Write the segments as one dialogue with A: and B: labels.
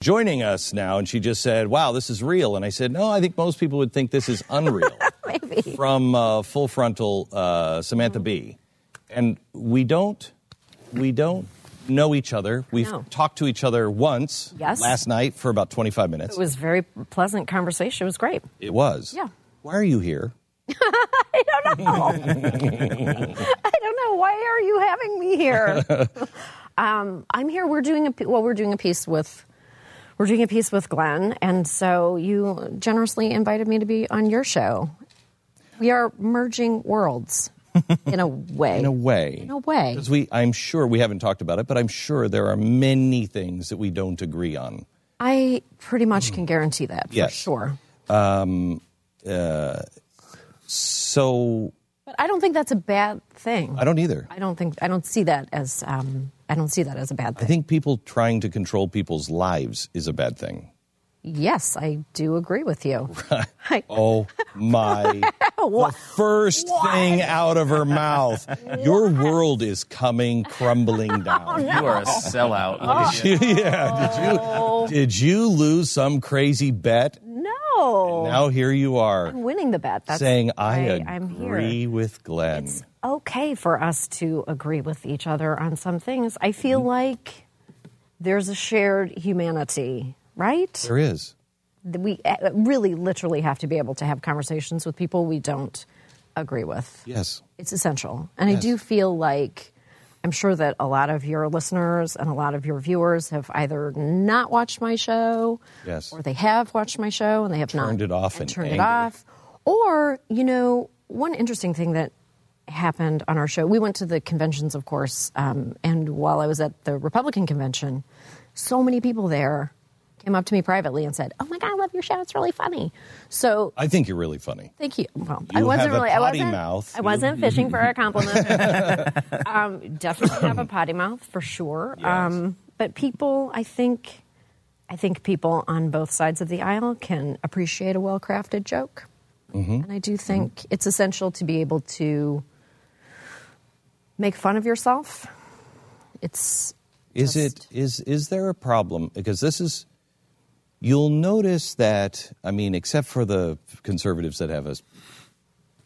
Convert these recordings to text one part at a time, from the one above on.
A: joining us now and she just said wow this is real and i said no i think most people would think this is unreal
B: Maybe.
A: from uh, full frontal uh, samantha b and we don't we don't know each other we've
B: No.
A: talked to each other once
B: Yes.
A: last night for about 25 minutes
B: It was very pleasant conversation. It was great.
A: It was.
B: Yeah.
A: why are you here
B: I don't know. Why are you having me here? um, I'm here. We're doing a p- well. We're doing a piece with we're doing a piece with Glenn, and so you generously invited me to be on your show. We are merging worlds in a way.
A: in a way
B: In a way.
A: because we i'm sure we haven't talked about it but i'm sure there are many things that we don't agree on
B: I pretty much can guarantee that for
A: Yes.
B: sure.
A: so
B: But I don't think that's a bad thing.
A: i don't either
B: I don't think I don't see that as um, I don't see that as a bad
A: I
B: thing.
A: think people trying to control people's lives is a bad thing.
B: yes, I do agree with you. I-
A: Oh my. the first thing out of her mouth. Your world is coming
B: Oh,
A: crumbling down.
C: You are a sellout.
A: yeah. Did you, did you lose some crazy bet?
B: No.
A: Now here you are
B: Oh, winning the bet. That's
A: saying, I
B: why I'm
A: agree
B: here.
A: with Glenn.
B: It's okay for us to agree with each other on some things. I feel
A: Mm-hmm.
B: like there's a shared humanity, right?
A: there is.
B: That We uh, really literally have to be able to have conversations with people we don't agree with.
A: Yes.
B: It's essential. And I
A: Yes.
B: do feel like I'm sure that a lot of your listeners and a lot of your viewers have either not watched my show
A: Yes.
B: or they have watched my show and they have
A: Turned
B: not
A: it off
B: and
A: in
B: turned it
A: anger.
B: off. Or you know, one interesting thing that happened on our show, we went to the conventions, of course, um, and while I was at the Republican convention, so many people there came up to me privately and said, "Oh my god, I love your show! It's really funny." So.
A: I think you're really funny.
B: Thank you. Well, I
A: You have
B: wasn't
A: a
B: really. I
A: potty
B: wasn't.
A: mouth.
B: I wasn't fishing for a compliment. um, definitely have a potty mouth for sure. Um, but people, I think, I think people on both sides of the aisle can appreciate a well-crafted joke,
A: Mm-hmm.
B: and I do think it's essential to be able to make fun of yourself. It's
A: Is
B: Just-
A: it is is there a problem? Because this is you'll notice that I mean, except for the conservatives that have a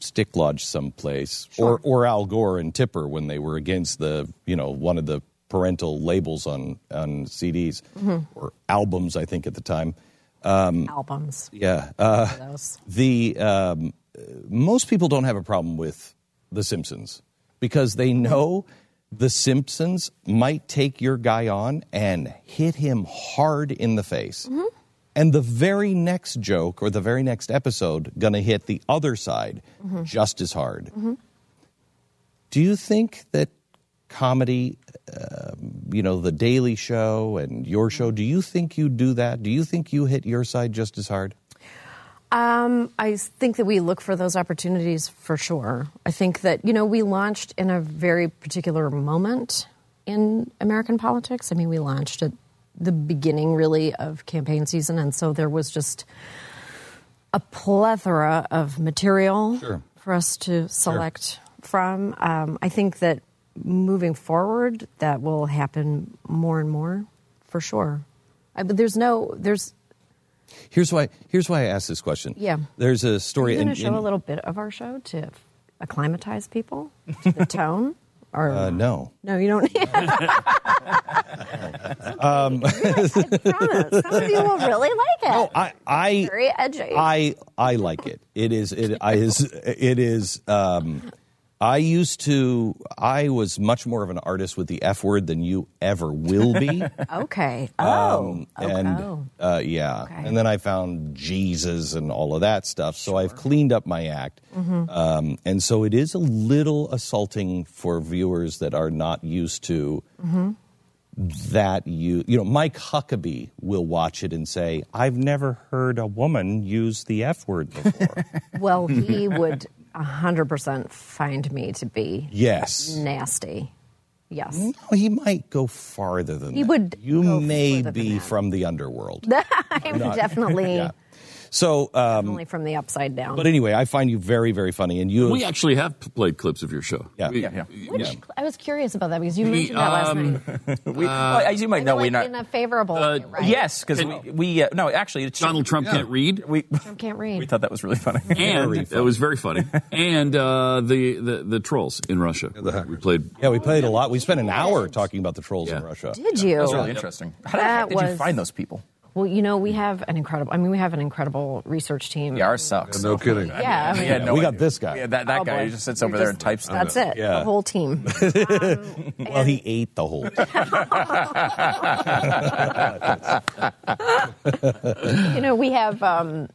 A: stick lodge someplace, or or Al Gore and Tipper when they were against the you know one of the parental labels on on CDs or albums, I think at the time.
B: albums.
A: Yeah, uh,
B: Those.
A: the um, uh, most people don't have a problem with The Simpsons because they know The Simpsons might take your guy on and hit him hard in the face. And the very next joke or the very next episode going to hit the other side just as hard. Do you think that comedy, um, you know, The Daily Show and your show, do you think you do that? Do you think you hit your side just as hard?
B: Um, I think that we look for those opportunities for sure. I think that, you know, we launched in a very particular moment in American politics. I mean, we launched at the beginning, really, of campaign season. And so there was just a plethora of material for us to select from. Um, I think that moving forward, that will happen more and more for sure. I, but there's no, there's,
A: Here's why. Here's why I asked this question.
B: Yeah.
A: There's a story.
B: We're going to
A: and-
B: show
A: and-
B: a little bit of our show to acclimatize people to the tone. Or
A: Uh, no.
B: no, you don't. um, I promise, some of you will really like it.
A: I. I.
B: Very edgy.
A: I. I like it. It is. It I is. It is. Um, I used to. I was much more of an artist with the F word than you ever will be.
B: okay. Oh, okay.
A: Um, and uh, yeah,
B: Okay.
A: and then I found Jesus and all of that stuff. So I've cleaned up my act,
B: Mm-hmm.
A: um, and so
B: Mm-hmm.
A: it is a little assaulting for viewers that are not used to that you you know Mike Huckabee will watch it and say, "I've never heard a woman use the F word before."
B: Well, he would 100% find me to be
A: yes. Mm,
B: nasty. Yes.
A: No, he might go farther than
B: He
A: that.
B: would
A: You
B: go
A: may
B: further than
A: be
B: that.
A: from the underworld.
B: I'm definitely,
A: yeah. So, um,
B: definitely from the upside down.
A: but anyway, I find you very, very funny, and you.
C: We actually have p- played clips of your show.
A: Yeah.
C: We-
A: Yeah.
B: Which, I was curious about that because you mentioned that
C: um,
B: last night.
D: We, well, Oh, as you might know,
B: like,
D: we're not. Uh,
B: in a favorable way, right?
D: Yes, because we, we uh, no, actually, it's
C: Donald Trump can't read.
D: We
B: Trump can't read.
D: we thought that was really funny.
C: and it was very funny. and uh, the, the the trolls in Russia. we played.
A: yeah, we played a lot. We spent an hour talking about the trolls in
C: Yeah.
A: Russia.
B: Did you?
D: That's really interesting. How the
B: That
D: heck did you
B: was-
D: find those people?
B: Well, you know, we have an incredible, I mean, we have an incredible research team.
D: Yeah, ours sucks.
E: No kidding.
B: Yeah, I mean,
D: had
A: Yeah, we got this guy.
D: Yeah, that, that
B: oh,
D: guy
B: boy.
D: who just sits
B: You're
D: over there
B: just-
D: and types. them.
B: That's it.
A: Yeah.
B: The whole team.
A: Well, he ate the whole.
B: you know, we have, um,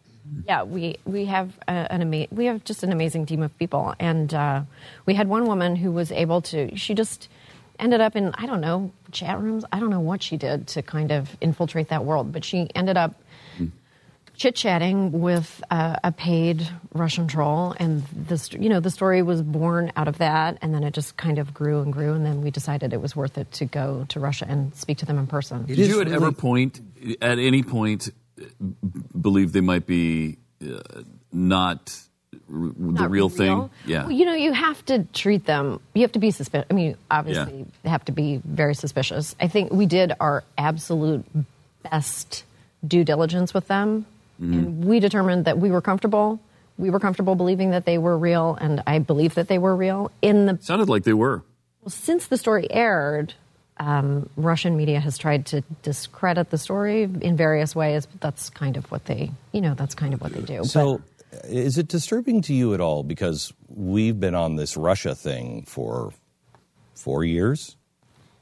B: yeah, we we have uh, an ama- we have just an amazing team of people, and uh, we had one woman who was able to. She just ended up in I don't know chat rooms. I don't know what she did to kind of infiltrate that world, but she ended up. Chit chatting with uh, a paid Russian troll, and this, you know, the story was born out of that, and then it just kind of grew and grew, and then we decided it was worth it to go to Russia and speak to them in person.
E: It
C: Did
E: is
C: you at ever
E: really-
C: point, at any point, uh, b- believe they might be uh, not r- the
B: not
C: real, thing? Yeah.
B: Well, you know, you have to treat them. You have to be suspicious. I mean, obviously,
C: Yeah.
B: you have to be very suspicious. I think we did our absolute best due diligence with them,
C: Mm-hmm.
B: and we determined that we were comfortable. We were comfortable believing that they were real, and I believe that they were real. In the
C: Sounded like they were.
B: since the story aired, um, Russian media has tried to discredit the story in various ways. But that's kind of what they, you know, that's kind of what they do.
A: So, is it disturbing to you at all? Because we've been on this Russia thing for four years,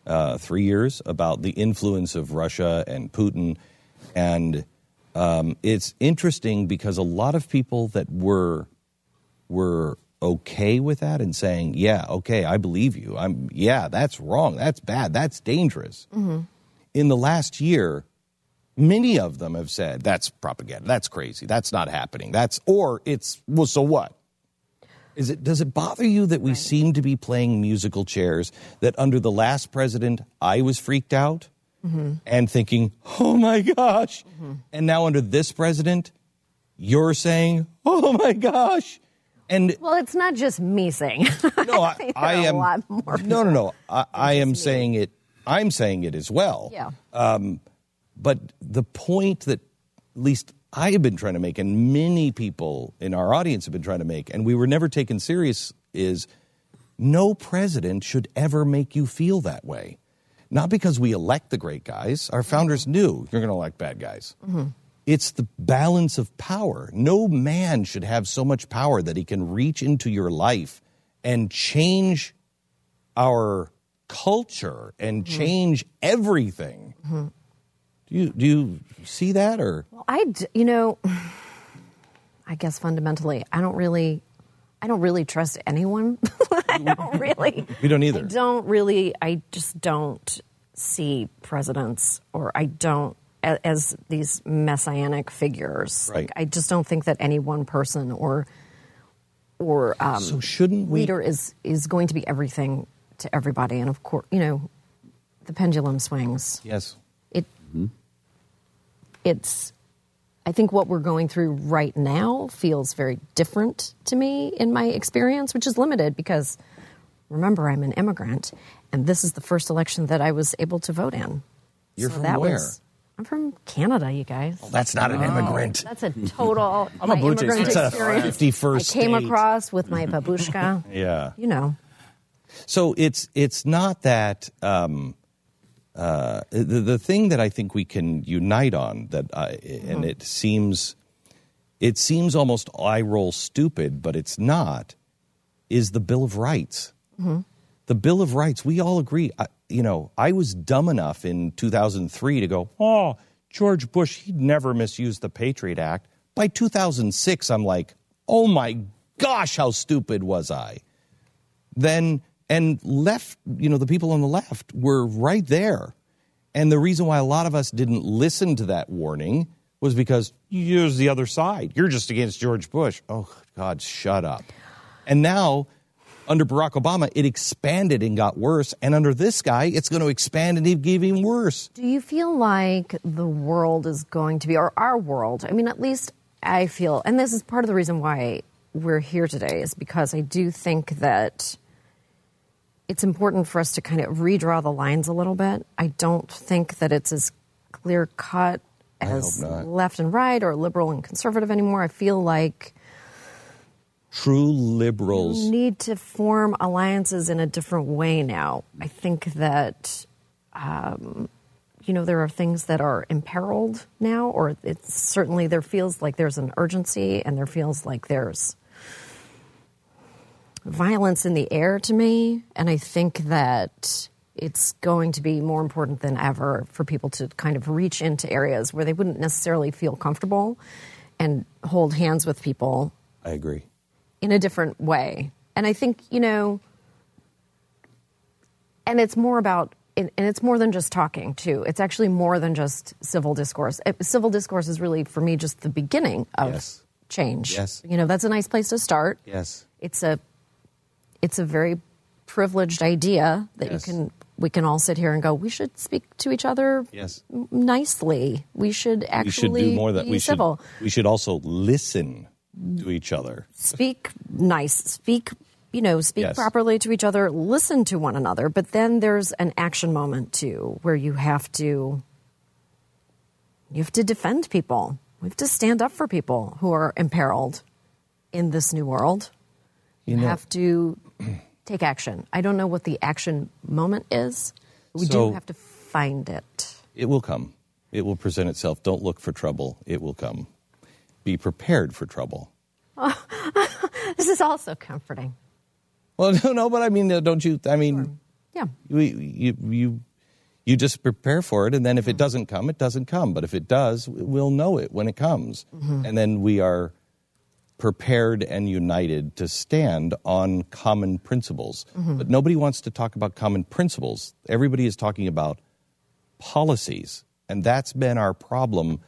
A: uh, three years, about the influence of Russia and Putin. And um, it's interesting because a lot of people that were were okay with that and saying, "Yeah, okay, I believe you. I'm yeah, that's wrong. That's bad. That's dangerous." In the last year, many of them have said that's propaganda that's crazy that's not happening that's or it's well so what is it does it bother you that we seem to be playing musical chairs that under the last president i was freaked out
B: Mm-hmm.
A: and thinking oh my gosh and now under this president you're saying oh my gosh and
B: Well, it's not just me saying.
A: no i,
B: think there
A: I
B: are a
A: am
B: lot more
A: no no no i, I am saying it i'm saying it as well
B: yeah.
A: But the point that at least I have been trying to make, and many people in our audience have been trying to make, and we were never taken serious, is no president should ever make you feel that way. Not because we elect the great guys. Our founders knew you're going to elect bad guys. It's the balance of power. No man should have so much power that he can reach into your life and change our culture and change everything. Do you do you see that or
B: I, d- you know, I guess fundamentally, I don't really, I don't really trust anyone. I don't really.
A: we don't Mm-hmm. either?
B: I don't really. I just don't see presidents, or I don't a- as these messianic figures.
A: Right.
B: Like, I just don't think that any one person or or um,
A: so shouldn't we?
B: leader is is going to be everything to everybody. And of course, you know, the pendulum swings.
A: Yes.
B: it it's i think what we're going through right now feels very different to me in my experience which is limited because remember i'm an immigrant and this is the first election that i was able to vote in
A: You're
B: so
A: from
B: that
A: where?
B: was i'm from canada you guys
A: That's not an immigrant.
B: that's a total
D: I'm a
B: my
D: Blue Jays
B: immigrant
D: fan. It's a
B: experience i
A: 51st
B: came
A: state.
B: across with my babushka
A: Yeah.
B: you know
A: So it's it's not that um, uh, the the thing that I think we can unite on that I, and it seems it seems almost eye roll stupid, but it's not. Is the Bill of Rights? The Bill of Rights. We all agree. I, you know, I was dumb enough in 2003 to go, oh, George Bush, he'd never misuse the Patriot Act. By 2006, I'm like, oh my gosh, how stupid was I? then and left you know the people on the left were right there And the reason why a lot of us didn't listen to that warning was because here's the other side. You're just against George Bush. Oh, God, shut up. And now, under Barack Obama, it expanded and got worse. And under this guy, it's going to expand and get even worse.
B: Do you feel like the world is going to be, or our world? I mean, at least I feel, and this is part of the reason why we're here today, is because I do think that it's important for us to kind of redraw the lines a little bit. I don't think that it's as clear cut as
A: hope not.
B: left and right or liberal and conservative anymore. I feel like
A: True
B: we
A: liberals.
B: need to form alliances in a different way now. I think that, um, you know, there are things that are imperiled now, or it's certainly there feels like there's an urgency and there feels like there's violence in the air to me. And I think that it's going to be more important than ever for people to kind of reach into areas where they wouldn't necessarily feel comfortable and hold hands with people
A: I agree.
B: in a different way. And I think, you know, and it's more about, and and it's more than just talking, too. It's actually more than just civil discourse. Uh, Civil discourse is really, for me, just the beginning of
A: Yes.
B: change.
A: Yes.
B: You know, that's a nice place to start.
A: Yes.
B: It's a, it's a very privileged idea that
A: Yes.
B: you can, we can all sit here and go, we should speak to each other
A: Yes.
B: nicely. We should
A: We
B: actually
A: should do more of that.
B: be
A: We should,
B: civil.
A: we should also listen to each other.
B: speak nice, speak, you know, speak
A: Yes.
B: properly to each other, listen to one another. But then there's an action moment too, where you have to, you have to defend people. We have to stand up for people who are imperiled in this new world. You have to take action. I don't know what the action moment is. We
A: So-
B: do have to find it.
A: It will come. It will present itself. Don't look for trouble. It will come. Be prepared for trouble.
B: This is also comforting.
A: Well, no, no, but I mean, uh, don't you? I mean,
B: Yeah.
A: we, you, you, you just prepare for it, and then if it doesn't come, it doesn't come. But if it does, we'll know it when it comes, and then we are prepared and united to stand on common principles. But nobody wants to talk about common principles. Everybody is talking about policies, and that's been our problem.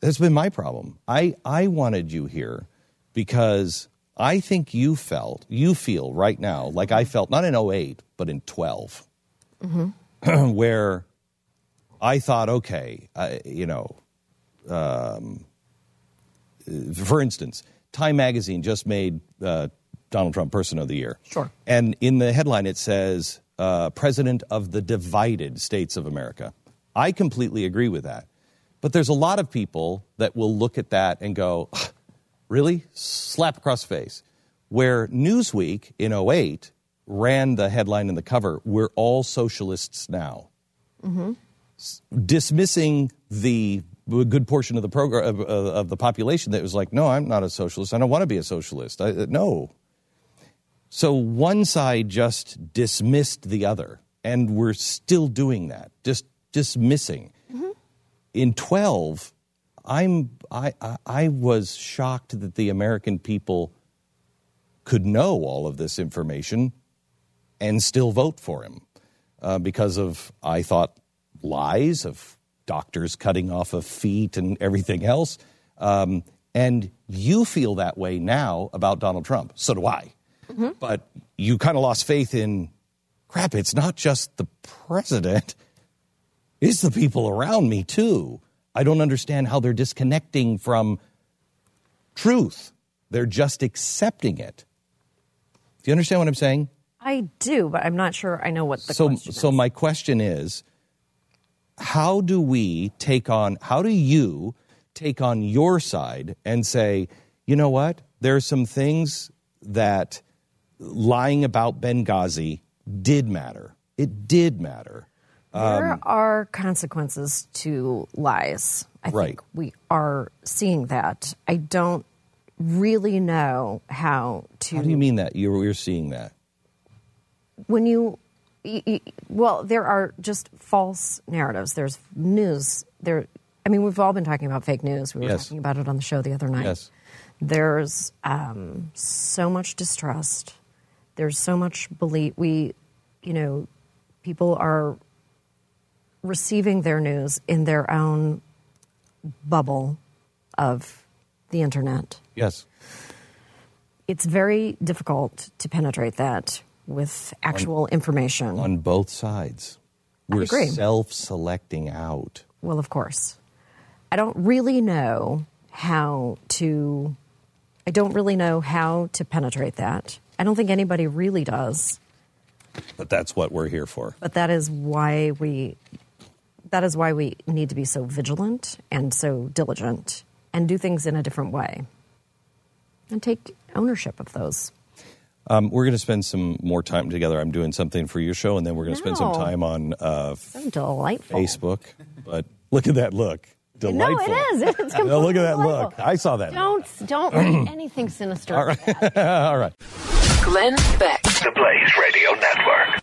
A: That's been my problem. I, I wanted you here because I think you felt, you feel right now, like I felt, not in 08, but in 12, where I thought, okay, I, you know, um, uh, for instance, Time Magazine just made uh, Donald Trump Person of the Year.
B: Sure.
A: And in the headline, it says, uh, President of the Divided States of America. I completely agree with that. But there's a lot of people that will look at that and go, really? Slap across the face. Where Newsweek in 08 ran the headline and the cover, We're All Socialists Now dismissing the a good portion of the program of, of, of the population that was like, no, I'm not a socialist. I don't want to be a socialist. I, uh, no. So one side just dismissed the other, and we're still doing that, just dismissing. In 12, I'm I, I I was shocked that the American people could know all of this information and still vote for him uh, because of, I thought, lies of doctors cutting off of feet and everything else. Um, and you feel that way now about Donald Trump. So do I. But you kind of lost faith in crap, it's not just the president, it's the people around me too. I don't understand how they're disconnecting from truth. They're just accepting it. Do you understand what I'm saying?
B: I do, but I'm not sure I know what the
A: so
B: question
A: so
B: is.
A: my question is how do we take on how do you take on your side and say you know what there are some things that lying about benghazi did matter it did matter Um,
B: There are consequences to lies. I
A: Right.
B: think we are seeing that. I don't really know how to.
A: how do you mean that you're, you're seeing that
B: when you, y- y- well, there are just false narratives. There's news. There, I mean, we've all been talking about fake news. We were
A: Yes.
B: talking about it on the show the other night.
A: Yes.
B: There's um, so much distrust. There's so much belief. We, you know, people are receiving their news in their own bubble of the internet.
A: Yes.
B: It's very difficult to penetrate that with actual information.
A: On both sides. We're
B: agree.
A: self selecting out.
B: Well, of course. I don't really know how to I don't really know how to penetrate that. I don't think anybody really does,
A: But that's what we're here for.
B: but that is why we that is why we need to be so vigilant and so diligent and do things in a different way. And take ownership of those.
A: Um, we're going to spend some more time together. I'm doing something for your show, and then we're going to spend some
B: No.
A: time on uh,
B: So delightful.
A: Facebook. But look at that look.
B: Oh. No,
A: Delightful.
B: it is. It's completely
A: Now look at that
B: delightful.
A: look. I saw that.
B: Don't don't let anything sinister.
A: All right.
F: Glenn Beck.
G: The Blaze Radio Network.